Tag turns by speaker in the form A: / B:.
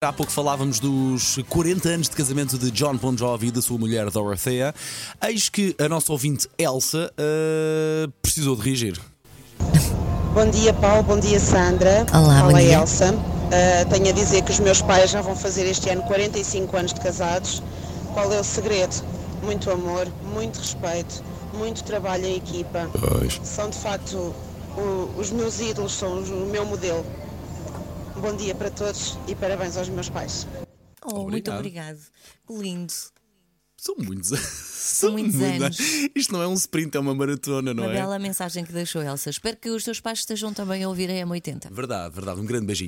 A: Há pouco falávamos dos 40 anos de casamento de John Bon Jovi e da sua mulher Dorothea. Eis que a nossa ouvinte Elsa ah, precisou de reagir.
B: Bom dia, Paulo. Bom dia, Sandra.
C: Olá, bom dia.
B: Elsa. Ah, tenho a dizer que os meus pais já vão fazer este ano 45 anos de casados. Qual é o segredo? Muito amor, muito respeito, muito trabalho em equipa. São, de facto, o- os meus ídolos, são os- o meu modelo. Bom dia para todos e parabéns aos meus pais.
C: Oh, muito obrigado. Que lindo.
A: São muitos anos. São
C: muitos anos.
A: Isto não é um sprint, é uma maratona, não
C: Uma
A: é?
C: bela mensagem que deixou Elsa. Espero que os teus pais estejam também a ouvir a M80.
A: Verdade, verdade. Um grande beijinho.